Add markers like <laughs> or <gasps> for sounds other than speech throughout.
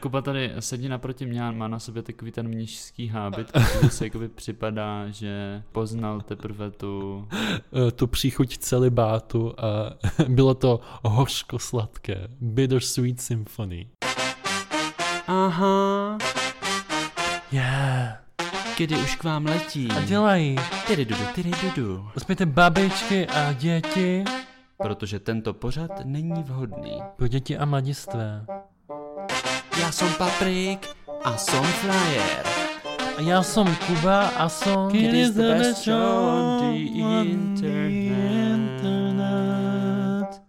Kuba tady sedí naproti mě a má na sobě takový ten mnižský hábit, který se jakoby připadá, že poznal teprve tu... Eh, tu příchuť celibátu a <laughs> bylo to hořko-sladké. Bittersweet Symphony. Aha, Yeah. kdy už k vám letí. A dělají. Tyry dudu, tyry dudu. Uspějte babičky a děti. Protože tento pořad není vhodný. Pro děti a mladistvé. Já jsem Paprik a jsem Flyer. A já jsem Kuba a jsem... It is the best show on the internet.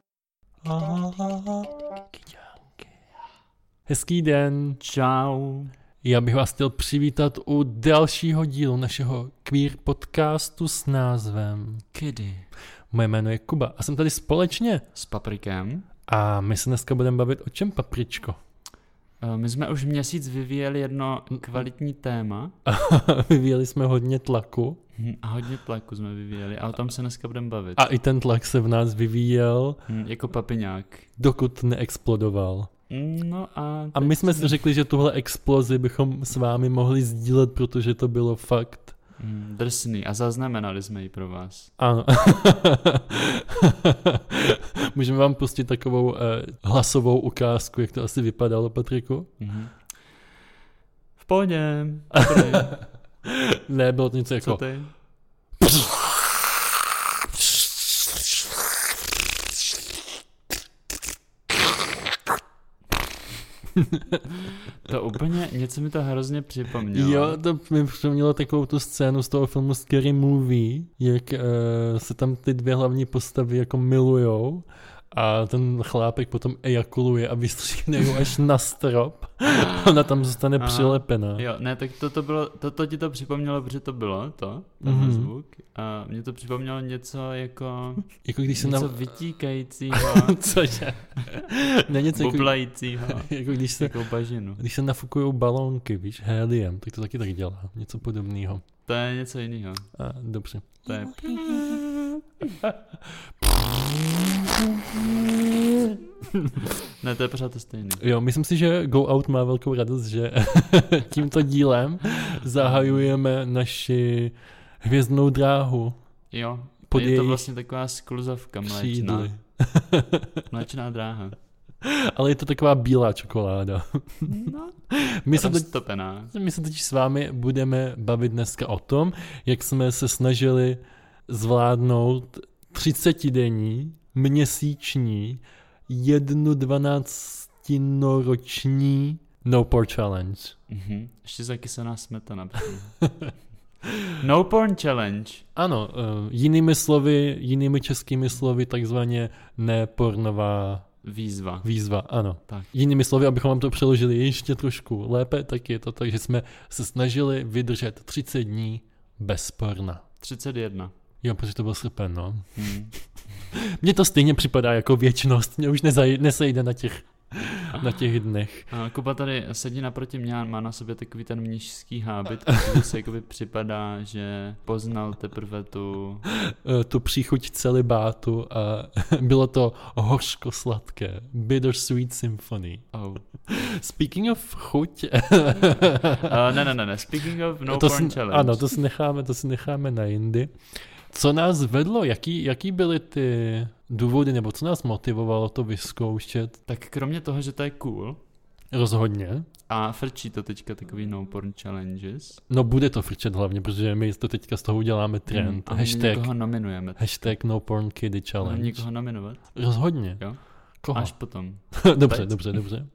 Hezký den. Čau. Já bych vás chtěl přivítat u dalšího dílu našeho queer podcastu s názvem Kedy? Moje jméno je Kuba a jsem tady společně. S paprikem? A my se dneska budeme bavit o čem, papričko? <laughs> Eh, My jsme už měsíc vyvíjeli jedno kvalitní téma Vyvíjeli jsme hodně tlaku Hm, a hodně tlaku jsme vyvíjeli a o tom se dneska budeme bavit. a i ten tlak se v nás vyvíjel, Hm, Jako papiňák. dokud neexplodoval. Hm, No a... A my jsme si řekli, že tuhle explozi bychom s vámi mohli sdílet, protože to bylo fakt. Hm, Drsný a zaznamenali jsme ji pro vás. Ano. <laughs> Můžeme vám pustit takovou eh, hlasovou ukázku, jak to asi vypadalo, Patriku? Mhm. V <laughs> pohodě. Ne, bylo to něco Co jako... ty? To úplně, něco mi to hrozně připomnělo. Jo, to mi připomnělo takovou tu scénu z toho filmu Scary Movie, jak uh, se tam ty dvě hlavní postavy jako milujou a ten chlápek potom ejakuluje a vystříhne ji až <laughs> na strop. Ona tam zůstane Aha. přilepená. Jo, ne, tak to, to bylo, to, to ti to připomnělo, protože to bylo to, ten Mhm. mm-hmm. zvuk. A mě to připomnělo něco jako, Jako když se něco na... na... vytíkajícího, Cože? ne <laughs> něco jako, bublajícího, jako když se... jako bažinu. Když se nafukují balónky, víš, helium, tak to taky tak dělá. Něco podobného. To je něco jiného. A, dobře. To <laughs> je... ne, to je pořád to stejný. Jo, myslím si, že Go Out má velkou radost, že <laughs> tímto dílem zahajujeme naši hvězdnou dráhu Jo, Pod je to jejich vlastně taková skluzavka mléčná, křídly. mléčná dráha. Ale je to taková bílá čokoláda. No, My se, teď, roztopená. my se teď s vámi budeme bavit dneska o tom, jak jsme se snažili zvládnout 30-denní, měsíční, jednu dvanáctinoroční No Por Challenge. Mhm. Ještě zakysaná smetana. <laughs> prosím. no porn challenge. Ano, eh, jinými slovy, jinými českými slovy, takzvaně nepornová Výzva. výzva, ano. Tak. Jinými slovy, abychom vám to přeložili ještě trošku lépe, tak je to tak, že jsme se snažili vydržet 30 dní bez porna. 31. Jo, protože to byl srpen, no. Hmm. Mně to stejně připadá jako věčnost, mě už nezaj- nesejde na těch, na těch dnech. A Kuba tady sedí naproti mě a má na sobě takový ten mnižský <laughs> hábit, který se jakoby připadá, že poznal teprve tu... Eh, Tu příchuť celibátu a <laughs> bylo to hořko-sladké. Bittersweet Symphony. Oh. Speaking of chuť, <laughs> Uh, ne, ne, ne, ne, speaking of no to porn si, challenge. Ano, to si necháme, to si necháme na jindy. Co nás vedlo, jaký, jaký byly ty důvody, nebo co nás motivovalo to vyzkoušet? Tak kromě toho, že to je cool, Rozhodně. a frčí to teďka takový no porn challenges. No bude to frčet hlavně, protože my to teďka z toho uděláme Mm, trend. A my hashtag, někoho nominujeme. hashtag no porn kiddy Budeme challenge. Někoho nominovat? Rozhodně. Jo. Koho? Až potom. <laughs> dobře, teď. dobře, <laughs> dobře,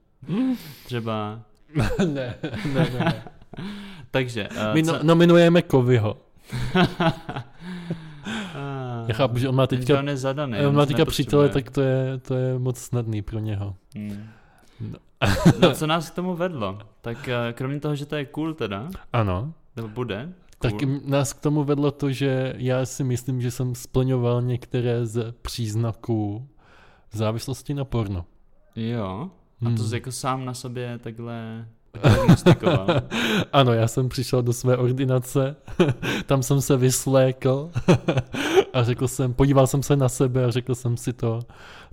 Třeba... ne, ne, ne, ne. Takže... Uh, <laughs> My no, nominujeme Kovyho. <laughs> Já chápu, že <laughs> on má teďka, on je zadaný. on nic má teďka nepotřebuje. přítele, tak to je, to je moc snadný pro něho. Mm. No. No, co nás k tomu vedlo? Tak eh, kromě toho, že to je cool teda, Ano. nebo bude, Tak cool, m- nás k tomu vedlo to, že já si myslím, že jsem splňoval některé z příznaků závislosti na porno. jo, a Hmm. to jsi jako sám na sobě takhle diagnostikoval. <laughs> Ano, já jsem přišel do své ordinace, <laughs> tam jsem se vyslékl <laughs> a řekl jsem, podíval jsem se na sebe a řekl jsem si to,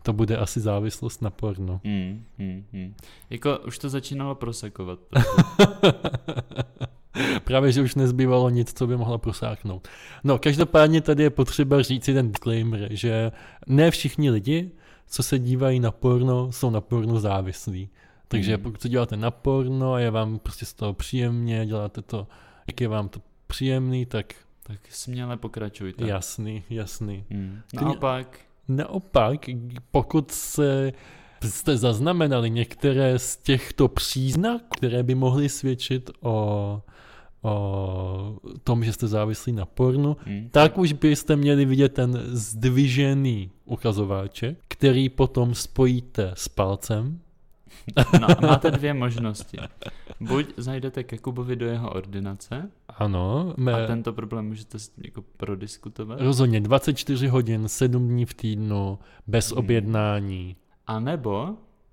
to bude asi závislost na porno. Mm, mm, mm. Jako už to začínalo prosakovat. tak. Právě, že už nezbývalo nic, co by mohla prosáknout. No, každopádně tady je potřeba říct jeden disclaimer, že ne všichni lidi, co se dívají na porno, jsou na porno závislí. Takže Hmm. pokud to děláte na porno a je vám prostě z toho příjemně, děláte to, jak je vám to příjemný, tak tak směle pokračujte. jasný, jasný. Mm. Ty- Naopak, Naopak, pokud se jste zaznamenali některé z těchto příznaků, které by mohly svědčit o, o tom, že jste závislí na pornu, mm, tak už byste měli vidět ten zdvižený ukazováček, který potom spojíte s palcem. no, máte dvě možnosti. Buď zajdete ke Kubovi do jeho ordinace Ano, a mé, tento problém můžete s- jako prodiskutovat. rozhodně 24 hodin, 7 dní v týdnu, bez objednání. A nebo,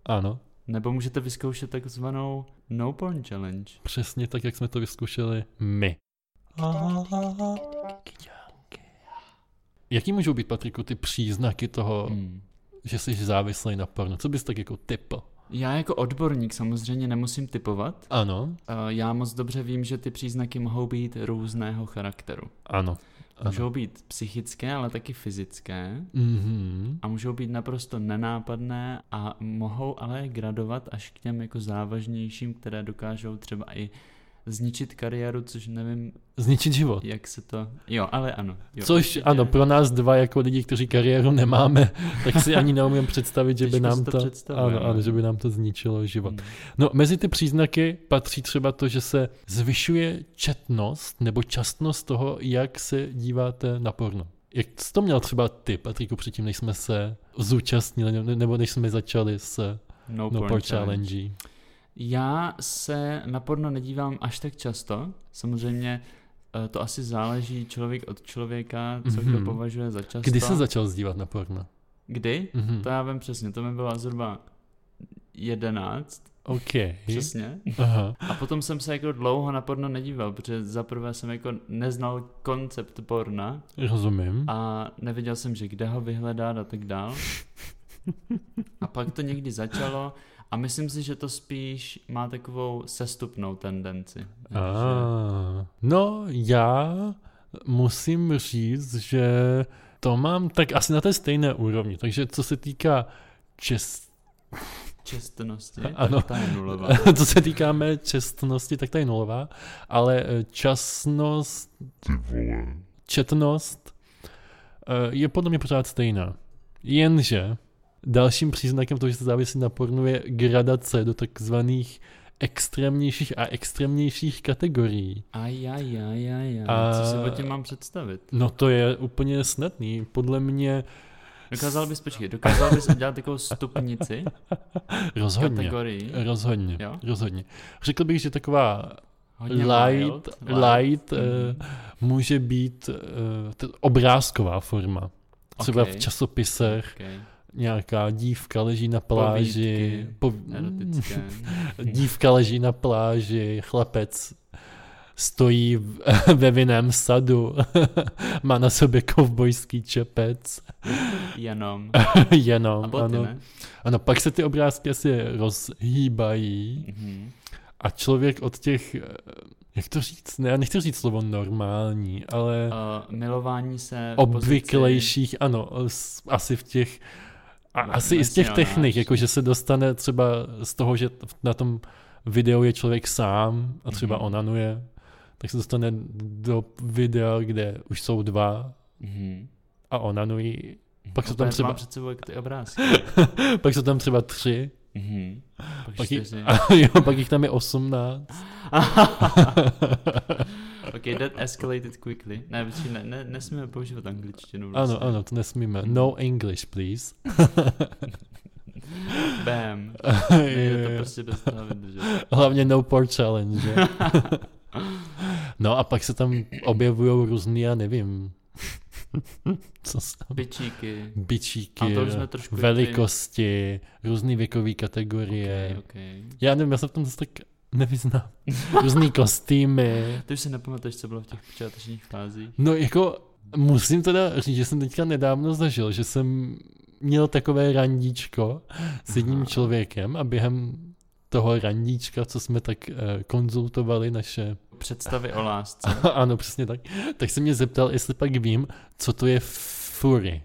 Ano, nebo můžete vyzkoušet takzvanou no porn challenge. přesně tak, jak jsme to vyzkoušeli my. Jaký můžou být, Patriku, ty příznaky toho, Mm. že jsi závislý na pornu? Co bys tak jako typl? Já jako odborník samozřejmě nemusím typovat. Ano, Eh, Já moc dobře vím, že ty příznaky mohou být různého charakteru. ano. ano. Můžou být psychické, ale taky fyzické. Mhm. A můžou být naprosto nenápadné a mohou ale gradovat až k těm jako závažnějším, které dokážou třeba i zničit kariéru, což nevím, Zničit život. jak se to... Jo, ale ano. Jo, Což ano, pro nás dva jako lidi, kteří kariéru nemáme, tak si ani neumím představit, že by Těžko si nám to to, představujeme. ano, ano, že by nám to zničilo život. Hmm. No, mezi ty příznaky patří třeba to, že se zvyšuje četnost nebo častnost toho, jak se díváte na porno. Jak jsi to měl třeba ty, Patriku, předtím, než jsme se zúčastnili, ne- nebo než jsme začali s No, No porn Porn challenge. Challenge. Já se na porno nedívám až tak často. Samozřejmě eh, to asi záleží člověk od člověka, co kdo Mhm. považuje za často. Kdy jsi začal zdívat na porno? Kdy? Mhm. To já vím přesně, to mi bylo zhruba 11, OK. přesně. Aha. A potom jsem se jako dlouho na porno nedíval, protože za prvé jsem jako neznal koncept porna Rozumím. a nevěděl jsem, že kde ho vyhledat a tak dál. A pak to někdy začalo a myslím si, že to spíš má takovou sestupnou tendenci. Že- Ah, no, já musím říct, že to mám tak asi na té stejné úrovni. Takže co se týká čest... Čestnosti, <laughs> Ano. ano. ta je nulová. <laughs> co se týká mé čestnosti, tak ta je nulová, ale eh, časnost, četnost eh, je podle mě pořád stejná. Jenže dalším příznakem toho, že se závisí na pornu, je gradace do takzvaných extrémnějších a extrémnějších kategorií. Aj, aj, aj, aj, aj. A- Co si po tím mám představit? No to je úplně snadný. Podle mě Dokázal bys, počkej, dokázal bys udělat takovou <laughs> stupnici rozhodně. kategorii? Rozhodně, Jo? rozhodně. Řekl bych, že taková Hodně light, light, light eh, Mhm. může být eh, t- obrázková forma. Třeba Ok. v časopisech Okay. nějaká dívka leží na pláži. po- Erotické. <laughs> Dívka leží na pláži, chlapec stojí v- <laughs> ve vinném sadu, <laughs> má na sobě kovbojský čepec, <laughs> Jenom. jenom. A boty, ano. ne? Ano, pak se ty obrázky asi rozhýbají Mhm. a člověk od těch, eh, jak to říct, ne, já nechci říct slovo normální, ale Uh, milování se v Jako obvyklejších, ano, s- asi v těch, a No, asi i z těch mesiánář. technik, jakože se dostane třeba z toho, že t- na tom videu je člověk sám a třeba Mhm. onanuje, tak se dostane do videa, kde už jsou dva Pozici. Mhm. a onanují, Pak jsou tam Opět třeba- Mám před sebou jak ty <laughs> obrázky. pak jsou tam třeba tři Mhm. Pak Pak je- <laughs> čtyři. a jo, pak jich tam je osmnáct. <laughs> ok, that escalated quickly. Ne, počkej, ne, ne, nesmíme používat angličtinu. Vlastně. Ano, ano, to nesmíme. No <laughs> English, please. Bam. <laughs> Nejde to prostě bez toho vydržet. Hlavně no porn challenge. že? <laughs> no a pak se tam objevují různý, já nevím, <laughs> co se tam... Bičíky. Bičíky, A to už jsme trošku velikosti, různé věkové kategorie. Okay, okay. Já nevím, já jsem v tom zase tak Nevyznám. <laughs> Různý kostýmy. Ty už si nepamatuješ, co bylo v těch počátečních fázích. No jako musím teda říct, že jsem teďka nedávno zažil, že jsem měl takové randíčko s jedním člověkem a během toho randíčka, co jsme tak eh, konzultovali naše, Představy o lásce. <laughs> ano přesně tak, tak se mě zeptal, jestli pak vím, co to je fury.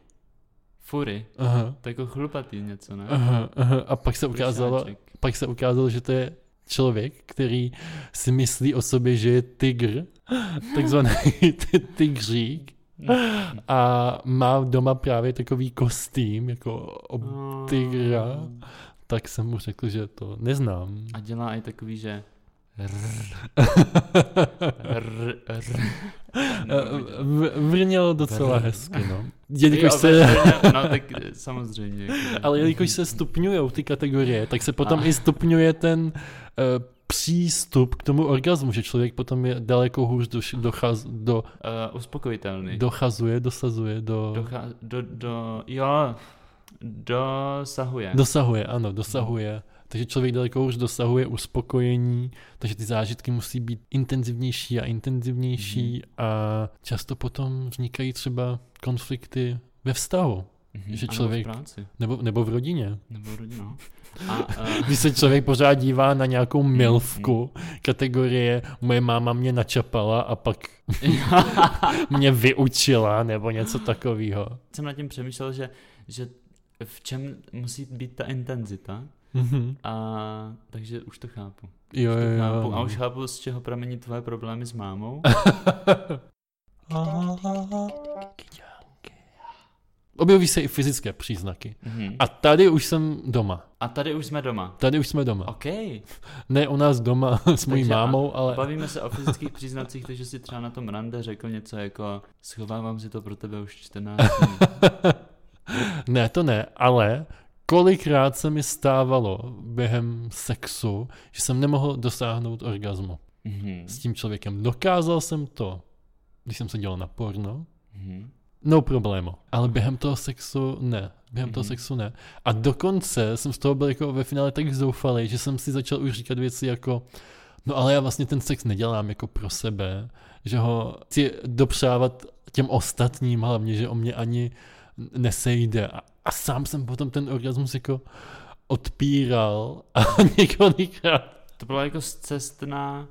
Fury. Aha, To je jako chlupatý něco, ne? aha, aha. A pak se <laughs> ukázalo, Prušáček. pak se ukázalo, že to je člověk, který si myslí o sobě, že je <gasps> tygr, takzvaný <laughs> ty- tygřík a má doma právě takový kostým, jako ob... tygra. tak jsem mu řekl, že to neznám. A dělá i takový, že... R, r, <laughs> No, Eh, v- Vrněl docela hezky, <laughs> no. Jelikož Jo, se, No tak eh, samozřejmě. jako- ale jelikož se stupňují ty kategorie, tak se potom A. i stupňuje ten eh, přístup k tomu orgazmu, že člověk potom je daleko hůř doš- dochaz, do, Eh, uspokojitelný. dochazuje, dosazuje, do, Docha- do, do, jo, dosahuje. dosahuje, ano, dosahuje. Takže člověk daleko hůř dosahuje uspokojení, takže ty zážitky musí být intenzivnější a intenzivnější a často potom vznikají třeba konflikty ve vztahu. Mhm, že a nebo člověk- V práci, Nebo, nebo v rodině. nebo rodina. no. A, eh, Když se člověk pořád dívá na nějakou milvku, kategorie moje máma mě načapala <laughs> a pak mě vyučila nebo něco takového. jsem nad tím přemýšlel, že, že v čem musí být ta intenzita. Mhm. A takže už to chápu. Jo, Už jo, no. to chápu. A jo. už chápu, z čeho pramení tvoje problémy s mámou. Objeví se i fyzické příznaky. Mhm. A tady už jsem doma. A tady už jsme doma. Tady už jsme doma. OK. Ne u nás doma s mojí Takže a- mámou, ale Bavíme se o fyzických příznacích, takže si třeba na tom rande řekl něco jako schovávám si to pro tebe už 14 dní. ne, to ne, ale kolikrát se mi stávalo během sexu, že jsem nemohl dosáhnout orgazmu Mhm. s tím člověkem. Dokázal jsem to, když jsem se dělal na porno, Mhm. no problémo, ale během toho sexu ne, během toho Mhm. sexu ne. A dokonce jsem z toho byl jako ve finále tak zoufalý, že jsem si začal už říkat věci jako, no ale já vlastně ten sex nedělám jako pro sebe, že ho chci dopřávat těm ostatním hlavně, že o mě ani nesejde. A, a sám jsem potom ten orgasmus jako odpíral a <laughs> několikrát To byla jako zcestná,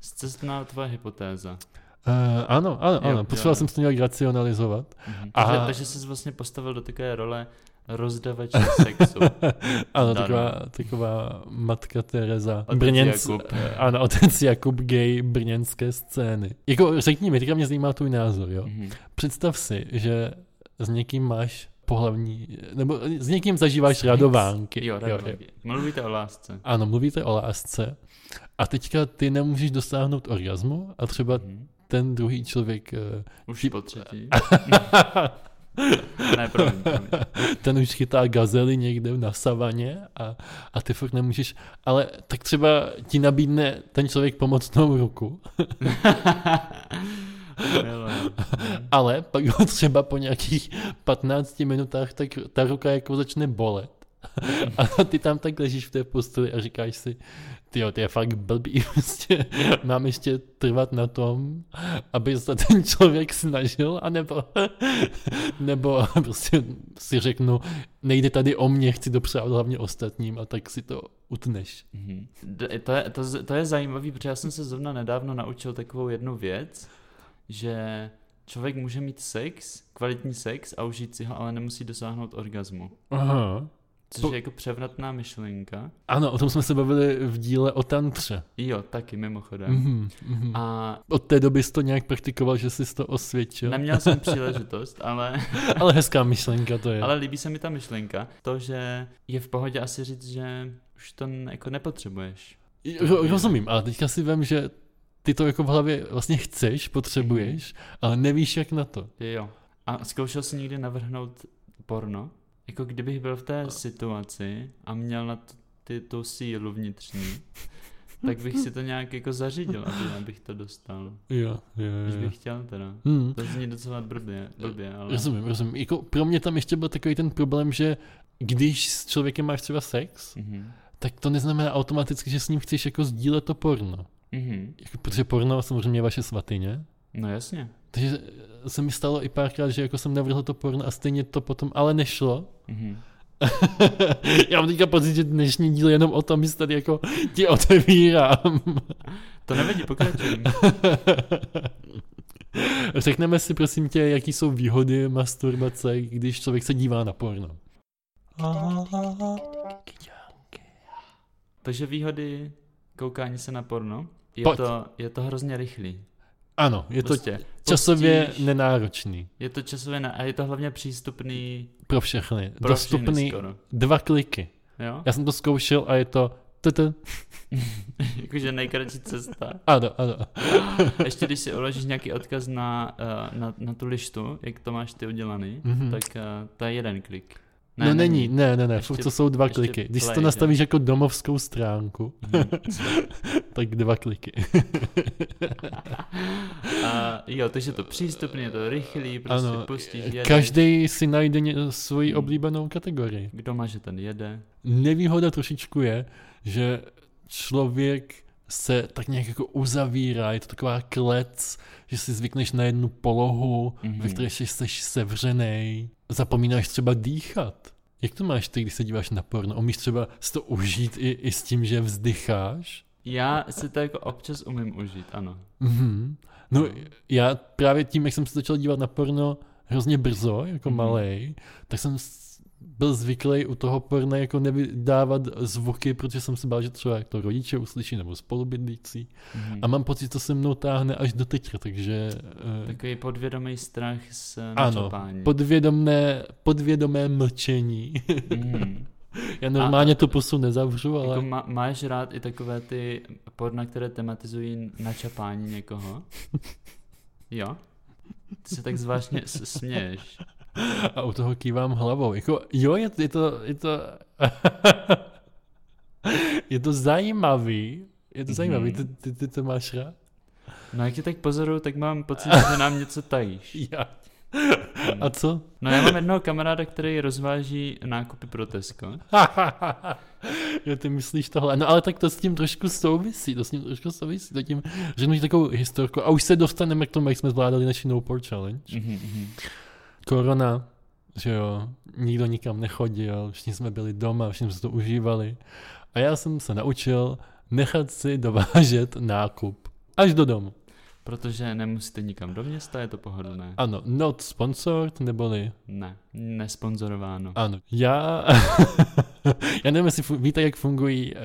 zcestná tvoje hypotéza. Uh, ano, ano, Jo, ano. jo, Potřeboval jo. jsem to nějak racionalizovat. Mhm. A- Takže, takže jsi vlastně postavil do takové role rozdavače sexu. <laughs> Dano. Ano, taková, taková matka Tereza. No, Otec Brněnc, Jakub. <laughs> ano, otec Jakub gay brněnské scény. Jako řekni mi, teďka mě zajímá tvůj názor, jo. Mhm. Představ si, že s někým máš pohlavní, nebo s někým zažíváš Sex. radovánky. Jo, radovanky. Mluvíte o lásce. Ano, mluvíte o lásce a teďka ty nemůžeš dosáhnout orgasmu a třeba Mhm. ten druhý člověk, eh, Už po třetí. <laughs> ne, promiň, <laughs> promiň. ten už chytá gazely někde na savaně a, a ty fakt nemůžeš, ale tak třeba ti nabídne ten člověk pomocnou ruku, Milé. ale pak ho třeba po nějakých 15 minutách tak ta ruka jako začne bolet. A ty tam tak ležíš v té posteli a říkáš si, ty jo, ty je fakt blbý, <laughs> prostě mám ještě trvat na tom, aby se ten člověk snažil, anebo nebo prostě si řeknu, nejde tady o mě, chci dopřát hlavně ostatním a tak si to utneš. Mhm. D- To je, to, z- to je zajímavý, protože já jsem se zrovna nedávno naučil takovou jednu věc, že člověk může mít sex, kvalitní sex a užít si ho, ale nemusí dosáhnout orgazmu. Aha. Což To- je jako převratná myšlenka. Ano, o tom jsme se bavili v díle o tantře. Jo, taky mimochodem. Mhm, mhm. A Od té doby jsi to nějak praktikoval, že jsi to osvědčil. neměl jsem příležitost, ale, Ale hezká myšlenka to je. ale líbí se mi ta myšlenka. To, že je v pohodě asi říct, že už to n- jako nepotřebuješ. Ro- rozumím, ale teďka si vím, že ty to jako v hlavě vlastně chceš, potřebuješ, ale nevíš jak na to. Jo. A zkoušel jsi někdy navrhnout porno? Jako kdybych byl v té situaci a měl na t- ty, tu sílu vnitřní, tak bych si to nějak jako zařídil, aby, abych to dostal. Jo, jo, Když jo. bych chtěl teda. Hmm. To zní docela blbě, blbě ale... Rozumím, rozumím. Jako pro mě tam ještě byl takový ten problém, že když s člověkem máš třeba sex, Mhm. tak to neznamená automaticky, že s ním chceš jako sdílet to porno. Mhm. Jako, protože porno samozřejmě je vaše svatyně. No jasně. Takže se mi stalo i párkrát, že jako jsem navrhl to porno a stejně to potom ale nešlo. Mhm. <laughs> Já mám teďka pocit, že dnešní díl je jenom o tom, že se tady jako ti otevírám. <laughs> To nevadí, pokračujeme. Řekneme si prosím tě, jaký jsou výhody masturbace, když člověk se dívá na porno. Takže výhody koukání se na porno, je, Pojď. to, je to hrozně rychlý. Ano, je to Prostě časově pustíš- nenáročný Je to časově na, a je to hlavně přístupný pro všechny. pro všechny Dostupný skoro. dva kliky. Jo? Já jsem to zkoušel a je to tete. Jakože nejkratší cesta. Ano, ano. A ještě když si uložíš nějaký odkaz na, eh, na, na tu lištu, jak to máš ty udělaný, Mhm. tak eh, to je jeden klik. Ne, no není, ne, ne, ne, Ještě- ještě, to jsou dva ještě kliky. Když si to play, že? nastavíš jako domovskou stránku, Mhm. <laughs> tak dva kliky. A jo, takže je to přístupný, je to rychlý, prostě Ano, pustíš jeden. Každý si najde ně, svoji Hmm. oblíbenou kategorii. Kdo má, že ten jede. Nevýhoda trošičku je, že člověk se tak nějak jako uzavírá, je to taková klec, že si zvykneš na jednu polohu, Mhm. ve které jsi, jsi sevřený, zapomínáš třeba dýchat. Jak to máš ty, když se díváš na porno? Umíš třeba si to užít i, i s tím, že vzdycháš? Já si to jako občas umím užít, ano. Mm-hmm. No, já právě tím, jak jsem se začal dívat na porno hrozně brzo, jako Mhm. mm-hmm. malej, tak jsem s- byl zvyklý u toho porna jako nevydávat zvuky, protože jsem se bál, že třeba to rodiče uslyší nebo spolubydlící. Mhm. A mám pocit, to se mnou táhne až do teďka, takže eh, tak Takový podvědomý strach z Ano, načapání. <laughs> podvědomé, podvědomé mlčení. <laughs> Mhm. já normálně tu pusu nezavřu, ale... Jako ma- máš rád i takové ty porna, které tematizují načapání někoho? Jo? Ty se tak zvláštně s- směješ. A u toho kývám hlavou. Jako, jo, je, je to... <laughs> Je to, je to zajímavý. Je to zajímavý. Ty, ty, ty to máš rád? <laughs> No jak tě tak pozoruju, tak mám pocit, že nám něco tajíš. Já. A co? <laughs> No já mám jednoho kamaráda, který rozváží nákupy pro Tesco. jo, ty myslíš tohle. No ale tak to s tím trošku souvisí. To s tím trošku souvisí. To tím, řeknu ti takovou historku. A už se dostaneme k tomu, jak jsme zvládali naši No Porn Challenge. Mhm, mhm. Korona, že jo, nikdo nikam nechodil, všichni jsme byli doma, všichni jsme si to užívali. A já jsem se naučil nechat si dovážet nákup. Až do domu. Protože nemusíte nikam do města, je to pohodlné. Ano, not sponsored, neboli Ne, nesponzorováno. ano. Já, <laughs> já nevím, jestli fu- víte, jak fungují eh,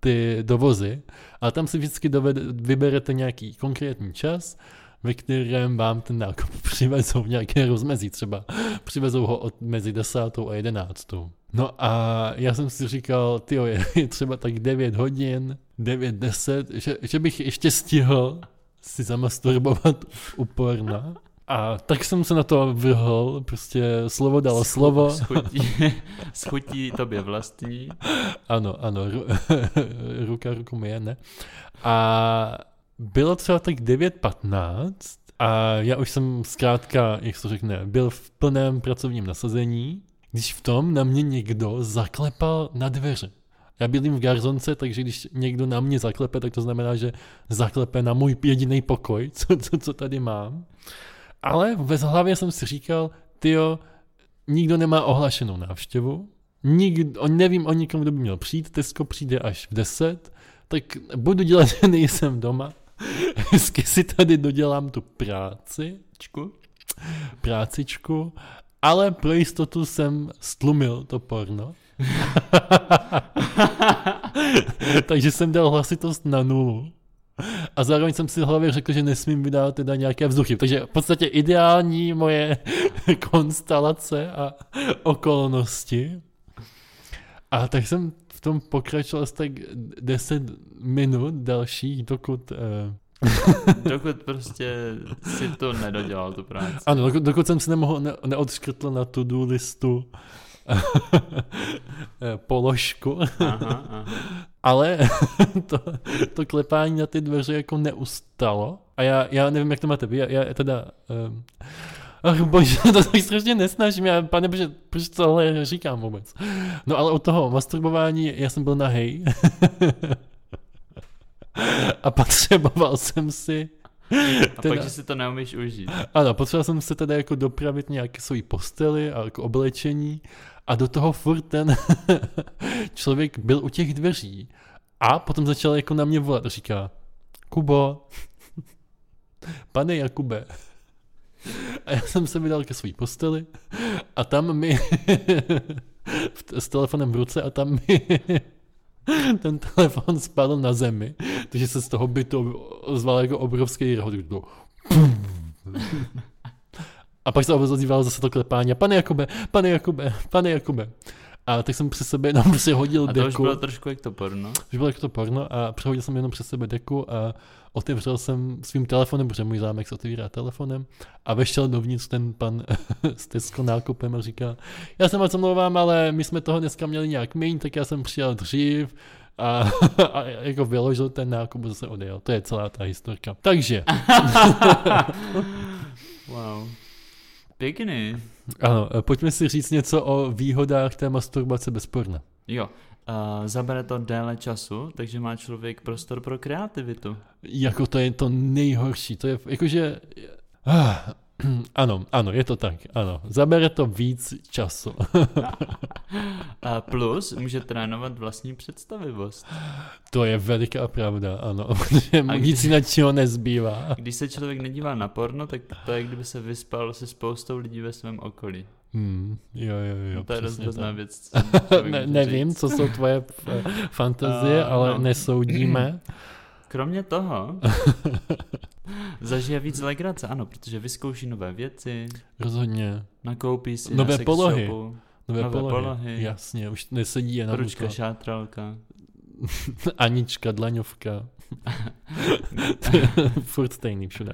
ty dovozy, ale tam si vždycky dovede, vyberete nějaký konkrétní čas, ve kterém vám ten nákup <laughs> přivezou v nějaké rozmezí, třeba přivezou ho od mezi desátou a jedenáctou. No a já jsem si říkal, tyjo, je, je třeba tak 9 hodin, 9.10, že, že bych ještě stihl si zamasturbovat u porna. A tak jsem se na to vrhl, prostě slovo dalo Schu- slovo. Schutí, schutí tobě vlastní. Ano, ano, ru, <laughs> ruka ruku myje, ne? A bylo třeba tak 9.15 a já už jsem zkrátka, jak se to řekne, byl v plném pracovním nasazení, když v tom na mě někdo zaklepal na dveře. Já bydlím v garzonce, takže když někdo na mě zaklepe, tak to znamená, že zaklepe na můj jediný pokoj, <laughs> co, co, co tady mám. Ale ve hlavě jsem si říkal, tyjo, nikdo nemá ohlašenou návštěvu, nikdo, o- nevím o nikom, kdo by měl přijít, Tesco přijde až v 10, tak budu dělat, <laughs> že nejsem doma, hezky si tady dodělám tu práci, Čku. prácičku, ale pro jistotu jsem stlumil to porno. Takže jsem dal hlasitost na nulu. A zároveň jsem si v hlavě řekl, že nesmím vydávat teda nějaké vzduchy. Takže v podstatě ideální moje <laughs> konstelace a okolnosti. A tak jsem v tom pokračoval asi tak 10 minut dalších, dokud... Eh, Dokud prostě si to nedodělal, tu <laughs> práci. Ano, dokud, dokud jsem se nemohl, ne, neodškrtl na to-do listu <laughs> eh, položku, Aha, aha. ale <laughs> to, to klepání na ty dveře jako neustalo. A já, já nevím, jak to máte vy, já, já teda... Um, Ach bože, <laughs> to tak strašně nesnažím, já, pane bože, proč tohle říkám vůbec? No ale od toho masturbování, já jsem byl nahej. <laughs> a potřeboval jsem si, A Teda- pak, že si to neumíš užít. ano, potřeboval jsem si teda jako dopravit nějaké svoji postely a jako oblečení a do toho furt ten <laughs> člověk byl u těch dveří a potom začal jako na mě volat a říká, Kubo, pane Jakube, a já jsem se vydal ke své posteli a tam mi <laughs> v t- s telefonem v ruce a tam mi <laughs> ten telefon spadl na zemi, takže se z toho bytu ozval jako obrovský rhod. kdo- A pak se ozývalo zase to klepání. a Pane Jakube, pane Jakube, pane Jakube. A tak jsem přes sebe jenom prostě hodil A to už deku. bylo trošku jak to <laughs> porno. Už bylo jako to porno a přehodil jsem jenom přes sebe deku a otevřel jsem svým telefonem, protože můj zámek se otevírá telefonem a vešel dovnitř ten pan <laughs> s Tesco nákupem a říká, já se moc omlouvám, ale my jsme toho dneska měli nějak méně, tak já jsem přijel dřív a, <laughs> a jako vyložil ten nákup a zase odjel. To je celá ta historka. Takže, Wow. Pěkný. ano, pojďme si říct něco o výhodách té masturbace bez porna. Jo. Uh, zabere to déle času, takže má člověk prostor pro kreativitu. Jako to je to nejhorší, to je jakože... Ah, <clears throat> ano, ano, je to tak, ano. Zabere to víc času. <laughs> A plus může trénovat vlastní představivost. To je veliká pravda, ano. <laughs> Protože mu A nic kdy- jiného nezbývá. Když se člověk nedívá na porno, tak to je, kdyby se vyspal se spoustou lidí ve svém okolí. Hmm, jo, jo, jo, Jo, to je přesně rozdrobná tak. věc. co člověk <laughs> ne, může nevím, říct. co jsou tvoje eh, <laughs> fantazie, A, ale no. <clears throat> nesoudíme. Kromě toho zažije víc legrace, ano, protože vyzkouší nové věci, Rozhodně. nakoupí si Nové na sex polohy. shopu, Nové, Nové polohy. polohy. Jasně, už nesedí je na ručka, ručka. šátralka. <laughs> Anička, dlaňovka. <laughs> Furt stejný všude.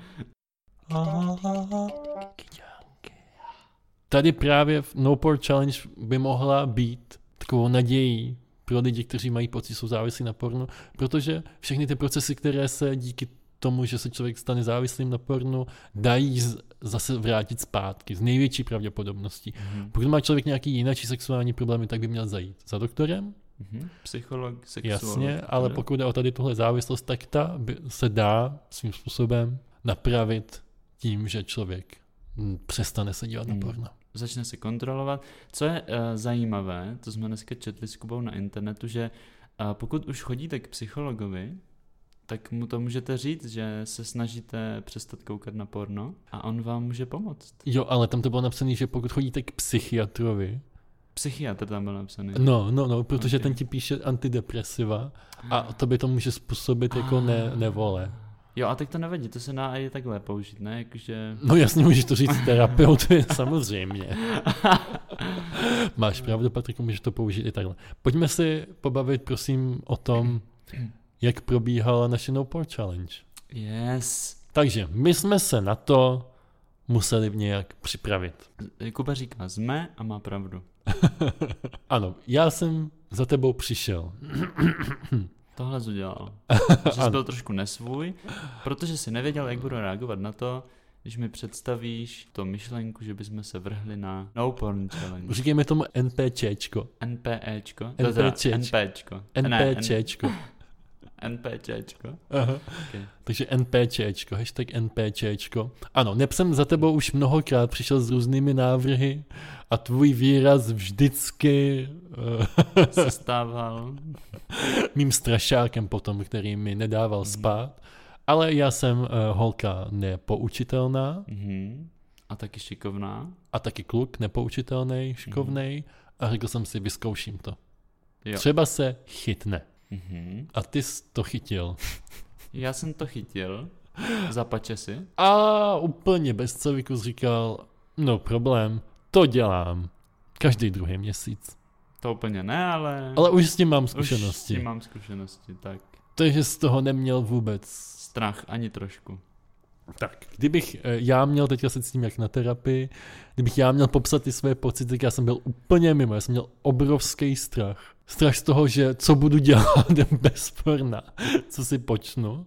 Tady právě v No Porn Challenge by mohla být takovou nadějí pro lidi, kteří mají pocit, jsou závislí na pornu, protože všechny ty procesy, které se díky tomu, že se člověk stane závislým na pornu, dají z- zase vrátit zpátky s největší pravděpodobností. Mhm. Pokud má člověk nějaký jináčí sexuální problémy, tak by měl zajít za doktorem, Mhm. Psycholog, sexuolog. Jasně, ale ne? pokud jde o tady tuhle závislost, tak ta by- se dá svým způsobem napravit tím, že člověk mm, přestane se dívat na Mm. porno. začne se kontrolovat. Co je uh, zajímavé, to jsme dneska četli s Kubou na internetu, že uh, pokud už chodíte k psychologovi, tak mu to můžete říct, že se snažíte přestat koukat na porno a on vám může pomoct. Jo, ale tam to bylo napsané, že pokud chodíte k psychiatrovi, Psychiatr tam byl napsaný. no, no, no, protože Ok. ten ti píše antidepresiva a to by to může způsobit jako ne, nevole. Jo, a tak to nevadí, to se dá i takhle použít, ne? Jakože... No jasně, můžeš to říct terapeutovi, <laughs> samozřejmě. Máš pravdu, Patriku, můžeš to použít i takhle. Pojďme si pobavit, prosím, o tom, jak probíhala naše No Porn Challenge. Yes. Takže my jsme se na to museli nějak připravit. Kuba říká jsme a má pravdu. Ano, já jsem za tebou přišel. Tohle jsi <laughs> udělal. Že jsi byl trošku nesvůj, protože si nevěděl, jak budu reagovat na to, když mi představíš to myšlenku, že bychom se vrhli na No Porn Challenge. Říkejme tomu NPČčko. NPEčko? To teda NPČčko. NPčko. Ne, N- NPČčko. NPČčko. Aha. Okay. Takže NPČčko, hashtag NPČčko. Ano, neb jsem za tebou už mnohokrát přišel s různými návrhy a tvůj výraz vždycky <laughs> eh, <laughs> Se stával. mým strašákem potom, který mi nedával spát. Ale já jsem eh, holka nepoučitelná Mhm. A taky šikovná. a taky kluk nepoučitelný, šikovnej a řekl jsem si, vyzkouším to. Jo. Třeba se chytne. Mhm. A ty jsi to chytil. Já jsem to chytil. Zapače si. A úplně bez ceviku říkal, no problém, to dělám. Každý druhý měsíc. To úplně ne, ale... Ale už s tím mám Už s zkušenosti. tím mám zkušenosti, tak Takže z toho neměl vůbec. strach ani trošku. Tak, kdybych eh, já měl, teďka se s tím jak na terapii, kdybych já měl popsat ty své pocity, tak já jsem byl úplně mimo, já jsem měl obrovský strach. Strach z toho, že co budu dělat <laughs> bez porna, co si počnu.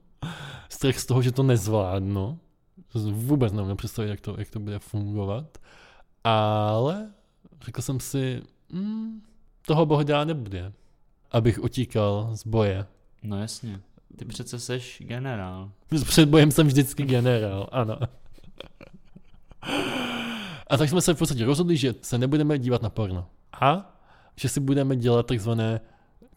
Strach z toho, že to nezvládnu. To si Vůbec nemůžu představit, jak to, jak to bude fungovat. Ale řekl jsem si, mm, toho bohdá nebude, abych utíkal z boje. No jasně. Ty přece seš generál. Před bojem jsem vždycky generál, ano. A tak jsme se v podstatě rozhodli, že se nebudeme dívat na porno. A že si budeme dělat takzvané,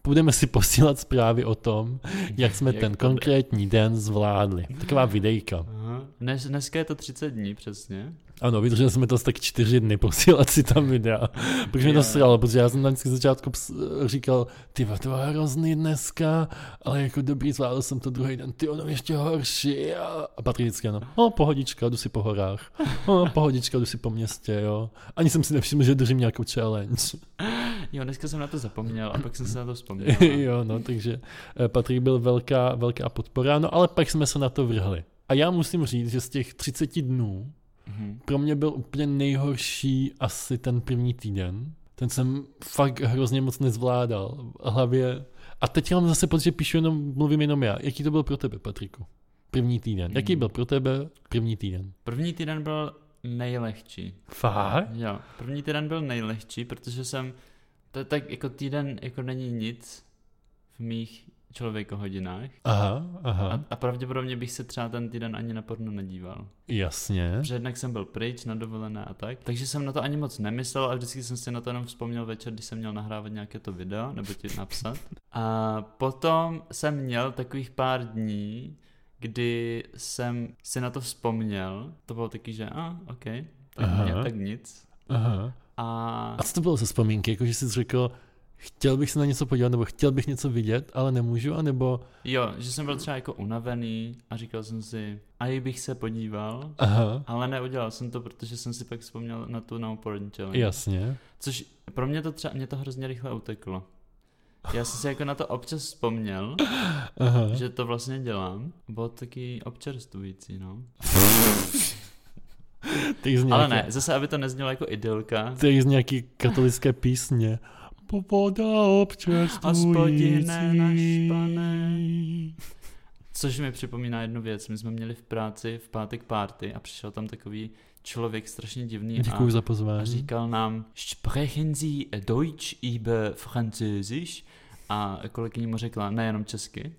budeme si posílat zprávy o tom, jak jsme Jak ten to jde. konkrétní den zvládli. Taková videjka. Aha. Dnes, dneska je to 30 dní přesně. Ano, vydrželi jsme to asi tak čtyři dny posílat si tam videa. Protože mě Jo. to sralo, protože já jsem na vždycky začátku ps- říkal, ty vole, to bylo hrozný dneska, ale jako dobrý, zvládl jsem to druhý den, ty ono ještě horší. A, a Patrik vždycky ano, o, pohodička, jdu si po horách, o, pohodička, jdu si po městě, jo. Ani jsem si nevšiml, že držím nějakou challenge. Jo, dneska jsem na to zapomněl a pak jsem se na to <laughs> vzpomněl. jo, no, takže eh, Patrik byl velká, velká podpora, no ale pak jsme se na to vrhli. A já musím říct, že z těch 30 dnů, Mhm. pro mě byl úplně nejhorší asi ten první týden. Ten jsem fakt hrozně moc nezvládal. V hlavě. A teď mám zase pocit, že píšu jenom, mluvím jenom já. Jaký to byl pro tebe, Patriku? První týden. Jaký Hmm. byl pro tebe první týden? První týden byl nejlehčí. Fakt? Jo, první týden byl nejlehčí, protože jsem, to, tak jako týden jako není nic v mých člověkohodinách. Aha, aha, A, a pravděpodobně bych se třeba ten týden ani na porno nedíval. jasně. Protože jednak jsem byl pryč, na dovolené a tak. Takže jsem na to ani moc nemyslel a vždycky jsem si na to jenom vzpomněl večer, když jsem měl nahrávat nějaké to video, nebo ti napsat. A potom jsem měl takových pár dní, kdy jsem si na to vzpomněl. To bylo taky, že a, ok, tak, Aha. mě, tak nic. Aha. A A co to bylo za vzpomínky? Jako, že jsi řekl, chtěl bych se na něco podívat, nebo chtěl bych něco vidět, ale nemůžu, anebo... jo, že jsem byl třeba jako unavený a říkal jsem si, a i bych se podíval, Aha, ale neudělal jsem to, protože jsem si pak vzpomněl na tu nauporní challenge. jasně. Což pro mě to třeba, mě to hrozně rychle uteklo. Já jsem si jako na to občas vzpomněl, Aha. že to vlastně dělám. Bylo to taky občerstvující, no. Ty jsi Ale nějaký- ne, zase, aby to neznělo jako idylka. To je z nějaký katolické písně. Povoda občerstvující. Hospodine náš pane. Což mi připomíná jednu věc. My jsme měli v práci v pátek party a přišel tam takový člověk strašně divný a, Děkuji za a pozvání. říkal nám Sprechen Sie Deutsch über Französisch? A kolegyně mu řekla, nejenom <laughs> česky.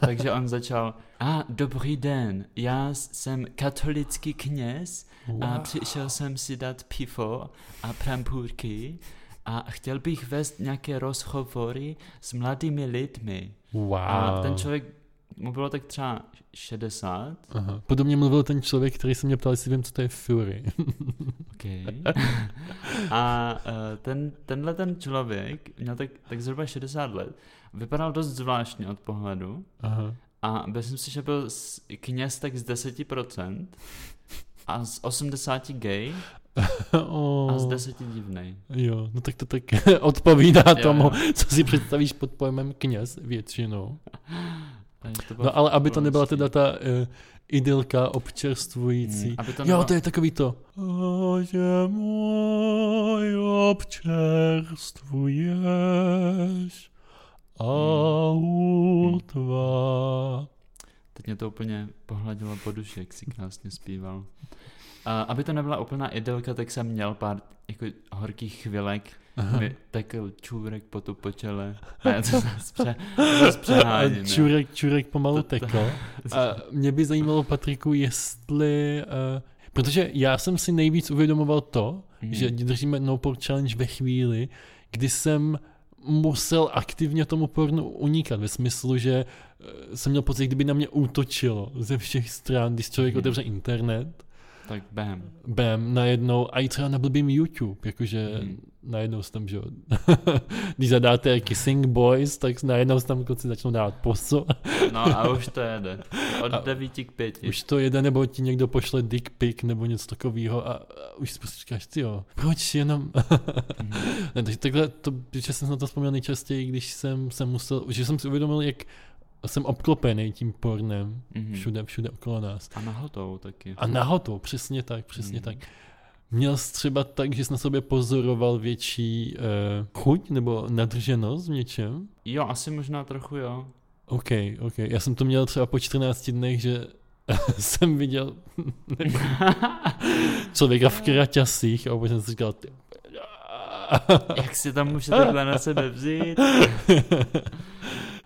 Takže on začal, a dobrý den, já jsem katolický kněz a Wow. přišel jsem si dát pivo a prampůrky a chtěl bych vést nějaké rozhovory s mladými lidmi. wow. A ten člověk, mu bylo tak třeba 60, Aha. Podobně mluvil ten člověk, který se mě ptal, jestli vím, co to je Fury. <laughs> Okay. A eh, ten, tenhle ten člověk měl tak, tak zhruba 60 let, vypadal dost zvláštně od pohledu Aha. a myslím si, že byl s- kněz tak z 10% a z 80 gay oh. a z 10 divnej. Jo, no tak to tak <laughs> odpovídá Jo, tomu, jo. co si představíš pod pojmem kněz většinou. Takže to bylo No ale aby to bylo nebyla hezký. teda ta uh, idylka občerstvující. vlastně- Hmm, aby to Jo, nebylo... to je takový to. Že můj občerstvuješ a Hmm. u tvá. Teď mě to úplně pohladilo po duši, jak si krásně zpíval. A aby to nebyla úplná idylka, tak jsem měl pár jako horkých chvilek. Mi takl čůrek po tu počele. Ne, <laughs> to zase pře, to zase A přehání, ne. čurek, čurek pomalu To- to- <laughs> tekl. A mě by zajímalo, Patriku, jestli... eh, protože já jsem si nejvíc uvědomoval to, Mhm. že držíme No Porn Challenge ve chvíli, kdy jsem musel aktivně tomu pornu unikat, ve smyslu, že eh, jsem měl pocit, kdyby na mě útočilo ze všech stran, když člověk Mhm. otevře internet, Tak bam. bam, najednou, a i třeba na blbým YouTube, jakože Mhm. najednou se tam, že jo, <laughs> když zadáte Kissing Boys, tak najednou se tam kluci začnou dát posu No a už to jede. Od A- 9 k 5. Už to jede, nebo ti někdo pošle dick pic nebo něco takového a, a už si prostě říkáš, ty jo, proč jenom... <laughs> ne, takže takhle, to, že jsem na to vzpomněl nejčastěji, když jsem, jsem musel, že jsem si uvědomil, jak jsem obklopený tím pornem všude, všude okolo nás. Mhm. A na hotovou taky. A nahotou, přesně tak, přesně Mhm. tak. Měl jsi třeba tak, že jsi na sobě pozoroval větší eh, chuť nebo nadrženost v něčem? Jo, asi možná trochu jo. OK, OK. Já jsem to měl třeba po 14 dnech, že <laughs> jsem viděl člověka v kraťasích a úplně jsem si říkal, ty... Jak si tam může takhle na <laughs> sebe vzít?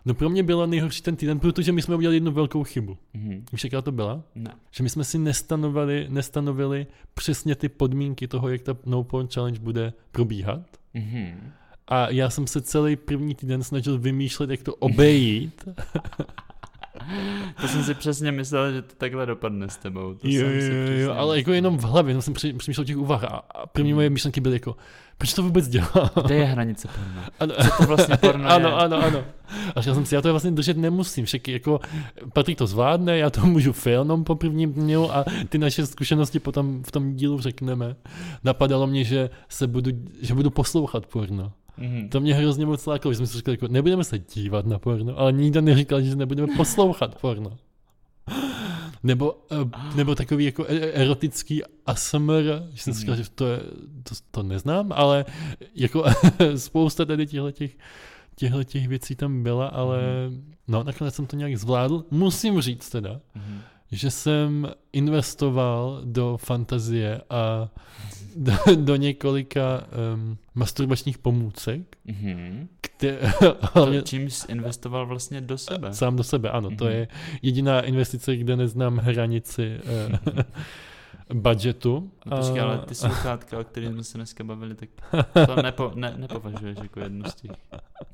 No pro mě byla nejhorší ten týden, protože my jsme udělali jednu velkou chybu. Mhm. Víš, jaká to byla? Ne. Že my jsme si nestanovali, nestanovili přesně ty podmínky toho, jak ta No Porn Challenge bude probíhat. Mhm. A já jsem se celý první týden snažil vymýšlet, jak to obejít. To jsem si přesně myslel, že to takhle dopadne s tebou. To jo, jsem si jo, přesně Hmm. jo, ale jako myslel. jenom v hlavě, jenom jsem při- přemýšlel o těch úvah a, a první moje myšlenky byly jako, proč to <laughs> vůbec dělám? Kde je hranice porna? Ano. Co to <laughs> vlastně porno je? ano, ano, ano. A říkal jsem si, já to vlastně držet nemusím, však jako Patrik to zvládne, já to můžu filmem po prvním dňu a ty naše zkušenosti potom v tom dílu řekneme. Napadalo mě, že se budu, že budu poslouchat porno. Mhm. To mě hrozně moc lákalo, že jsme si říkali, jako, nebudeme se dívat na porno, ale nikdo neříkal, že nebudeme poslouchat porno. Nebo, eh, nebo takový jako e- erotický ASMR, že jsem si říkal, že to, je, to, to neznám, ale jako <laughs> spousta tady těchhletěch, těchhletěch věcí tam byla, ale no nakonec jsem to nějak zvládl. Musím říct teda, Mhm. že jsem investoval do fantazie a do, do několika um, masturbačních pomůcek, Mhm. <laughs> kte- To, hlavně čím jsi investoval vlastně do sebe. sám do sebe, ano, to Mhm. je jediná investice, kde neznám hranici eh, <laughs> budgetu. No počkej, A- ale ty sluchátka, o kterých jsme se dneska bavili, <laughs> tak to nepo, ne, nepovažuješ jako jednu <laughs> z těch.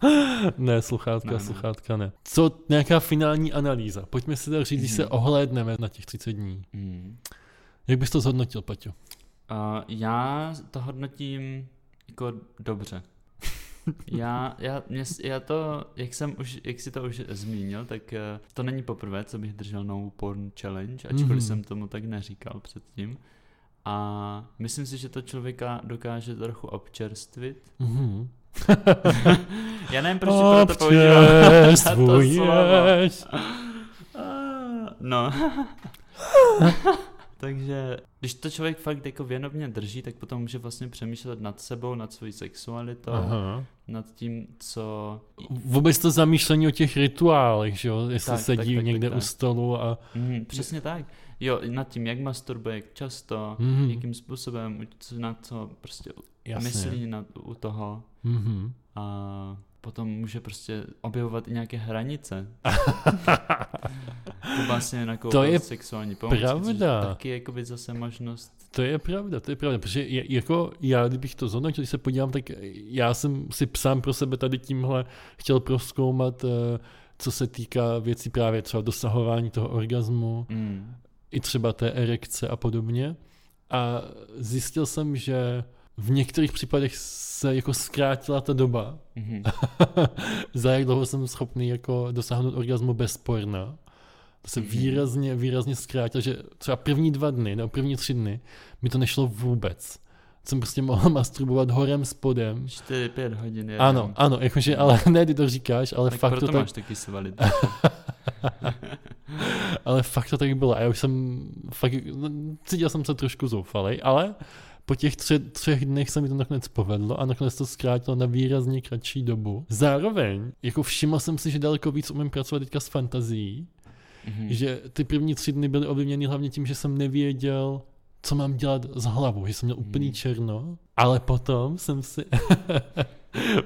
Eh, Ne, sluchátka, Ne, ne. sluchátka ne. Co nějaká finální analýza? Pojďme si to říct, když se Mhm. ohlédneme na těch 30 dní. Mm. Jak bys to zhodnotil, Paťo? Uh, já to hodnotím jako dobře. Já, já, mě, s- já to, jak jsem už, jak si to už zmínil, tak eh, to není poprvé, co bych držel No Porn Challenge, ačkoliv Mhm. mm-hmm. jsem tomu tak neříkal předtím. A myslím si, že to člověka dokáže trochu <laughs> občerstvit. <laughs> Mhm. Já nevím, proč oh, to používám. <laughs> to slovo. Občerstvuješ. Ah, <laughs> No. Takže když to člověk fakt jako věnovně drží, tak potom může vlastně přemýšlet nad sebou, nad svojí sexualitou, Aha. Aha. nad tím, co... Vůbec to zamýšlení o těch rituálech, že jo? Jestli Tak, sedí tak, tak, někde tak, u tak. stolu a... Mhm, přesně tak. Jo, nad tím, jak masturbuje, jak často, Mhm. jakým způsobem, co- na co prostě Jasně. myslí nad, u toho Mhm. a potom může prostě objevovat i nějaké <laughs> hranice. to vlastně nakoupit To je sexuální pomoc. což je pravda. Taky jakoby zase možnost. To je pravda, to je pravda, protože je, jako já, kdybych to zhodnotil, když se podívám, tak já jsem si sám pro sebe tady tímhle chtěl proskoumat, eh, co se týká věcí právě třeba dosahování toho orgazmu, Mm. i třeba té erekce a podobně. A zjistil jsem, že v některých případech se jako zkrátila ta doba, Mhm. <laughs> za jak dlouho jsem schopný jako dosáhnout orgasmu bez porna. To se Mhm. výrazně, výrazně zkrátilo, že třeba první dva dny nebo první tři dny mi to nešlo vůbec. Jsem prostě mohl <laughs> masturbovat horem, spodem. 4-5 hodin je. Ano, ano, jakože, ale <laughs> ne, ty to říkáš, ale tak fakt proto to tak, máš taky <laughs> svalit. ale fakt to tak bylo. A já už jsem fakt, no, cítil jsem se trošku zoufalej, ale po těch tře, třech dnech se mi to nakonec povedlo a nakonec to zkrátilo na výrazně kratší dobu. Zároveň, jako všiml jsem si, že daleko víc umím pracovat teďka s fantazií, Mhm. že ty první tři dny byly ovlivněny hlavně tím, že jsem nevěděl, co mám dělat s hlavou, že jsem měl úplný Mhm. černo, ale potom jsem si <laughs>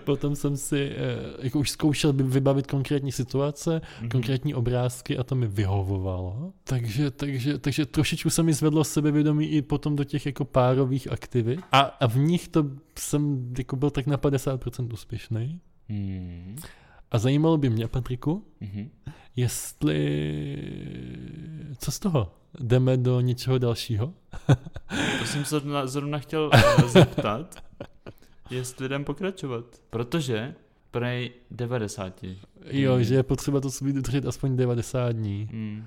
potom jsem si eh, jako už zkoušel by- vybavit konkrétní situace, Mhm. konkrétní obrázky a to mi vyhovovalo. Takže, takže, takže trošičku se mi zvedlo sebevědomí i potom do těch jako párových aktivit a, a v nich to jsem jako byl tak na 50% úspěšný. Mhm. A zajímalo by mě, Patriku, Mhm. jestli... Co z toho? Jdeme do něčeho dalšího? To jsem se zrovna, zrovna chtěl eh, zeptat, jestli jdem pokračovat. Protože prej 90. Jo, Mhm. že je potřeba to sobě držet aspoň 90 dní. Mm.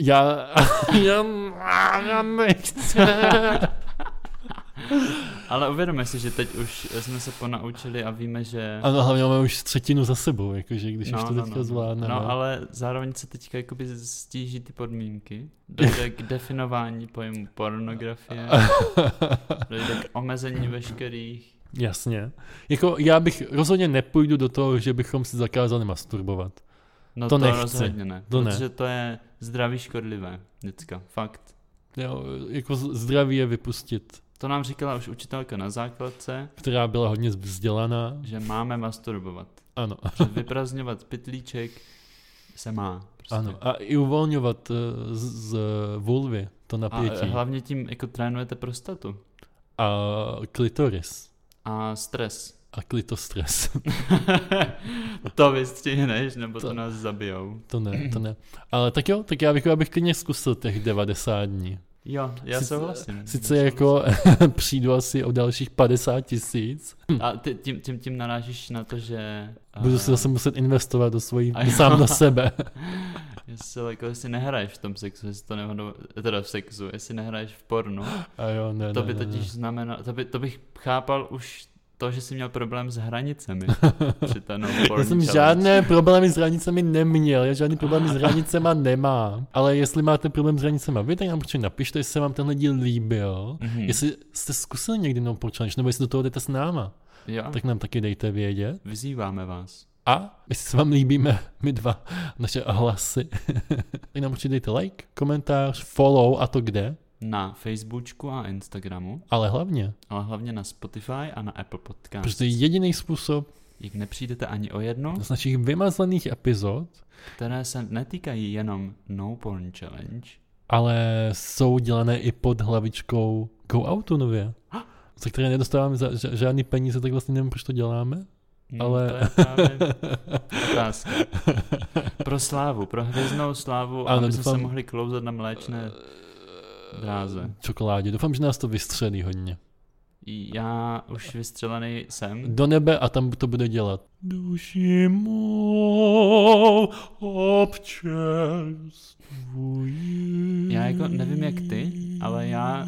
Já... <laughs> já, já nechci. <laughs> Ale uvědomme si, že teď už jsme se ponaučili a víme, že... Ano, hlavně máme už třetinu za sebou, jakože když už to teďka zvládneme. No, ale zároveň se teďka jakoby stíží ty podmínky. <laughs> Dojde k definování pojmu pornografie, dojde k omezení veškerých. Jasně. Jako já bych rozhodně nepůjdu do toho, že bychom si zakázali masturbovat. No To to, nechci. rozhodně ne. To ne. protože to je zdraví škodlivé, děcka. Fakt. Jo, jako z- zdraví je vypustit, To nám říkala už učitelka na základce, která byla hodně vzdělaná. Prostě. že máme masturbovat. Ano, <laughs> Že vyprazňovat pytlíček se má. Prostě. ano. A i uvolňovat eh, z, z vulvy to A eh, napětí. A, hlavně tím jako trénujete prostatu. a klitoris. A stres. <laughs> A klitostres. to vystřihneš, nebo to, To- to nás zabijou. <laughs> To ne, <clears throat> to ne. Ale tak jo, tak já bych, já bych klidně zkusil těch 90 dní. Jo, já Sice- sice, souhlasím. Sice Já jako <laughs> přijdu asi o dalších 50 tisíc, souhlasím. A ty, tím, tím, tím narážíš na to, že... budu eh, si zase muset investovat do svojí, A jo. sám <laughs> na sebe. Jestli jako, jestli nehraješ v tom sexu, jestli to nehodou, teda v sexu, jestli nehraješ v pornu, A jo, ne, to ne, by ne, totiž ne. znamenalo, to, by, to bych chápal už to, že jsi měl problém s <laughs> hranicemi při té no Já porn jsem challenge. žádné problémy s hranicemi neměl, já žádný problémy s hranicema nemám. Ale jestli máte problém s hranicema vy, tak nám určitě napište, jestli se vám tenhle díl líbil. Mhm. Jestli jste zkusili někdy no challenge, nebo jestli do toho jdete s náma, Jo, tak... tak nám taky dejte vědět. vyzýváme vás. A jestli se vám líbíme my dva, naše hlasy, <laughs> tak nám určitě dejte like, komentář, follow a to kde, Na Facebooku a Instagramu, ale hlavně, ale hlavně na Spotify a na Apple Podcast. protože to je jediný způsob Jak nepřijdete ani o jednu, z našich vymazlených epizod, které se netýkají jenom No Porn Challenge. ale jsou dělané i pod hlavičkou Go Outu nově, za které nedostáváme za, ža- žádný peníze, tak vlastně nevím, proč to děláme. Hmm, Ale- To je <laughs> právě otázka. Pro slávu, pro hvězdnou slávu, Ano, ano, aby jsme doufám- se mohli klouzat na mléčné dráze. Čokoládě, doufám, že nás to vystřelí hodně. Já už vystřelený jsem. do nebe a tam to bude dělat. Duši mou občerstvují. Já jako nevím jak ty, ale já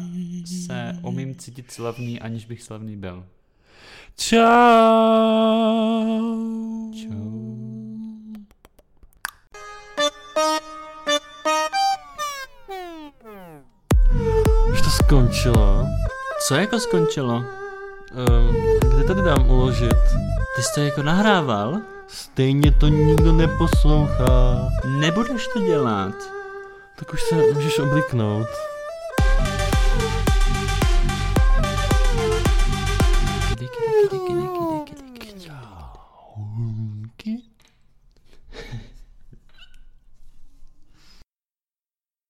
se umím cítit slavný, aniž bych slavný byl. Čau. Čau. Už to skončilo. Co jako skončilo? Ehm, kde tady dám uložit? Ty jsi to jako nahrával? Stejně to nikdo neposlouchá. Nebudeš to dělat. Tak už se můžeš obliknout.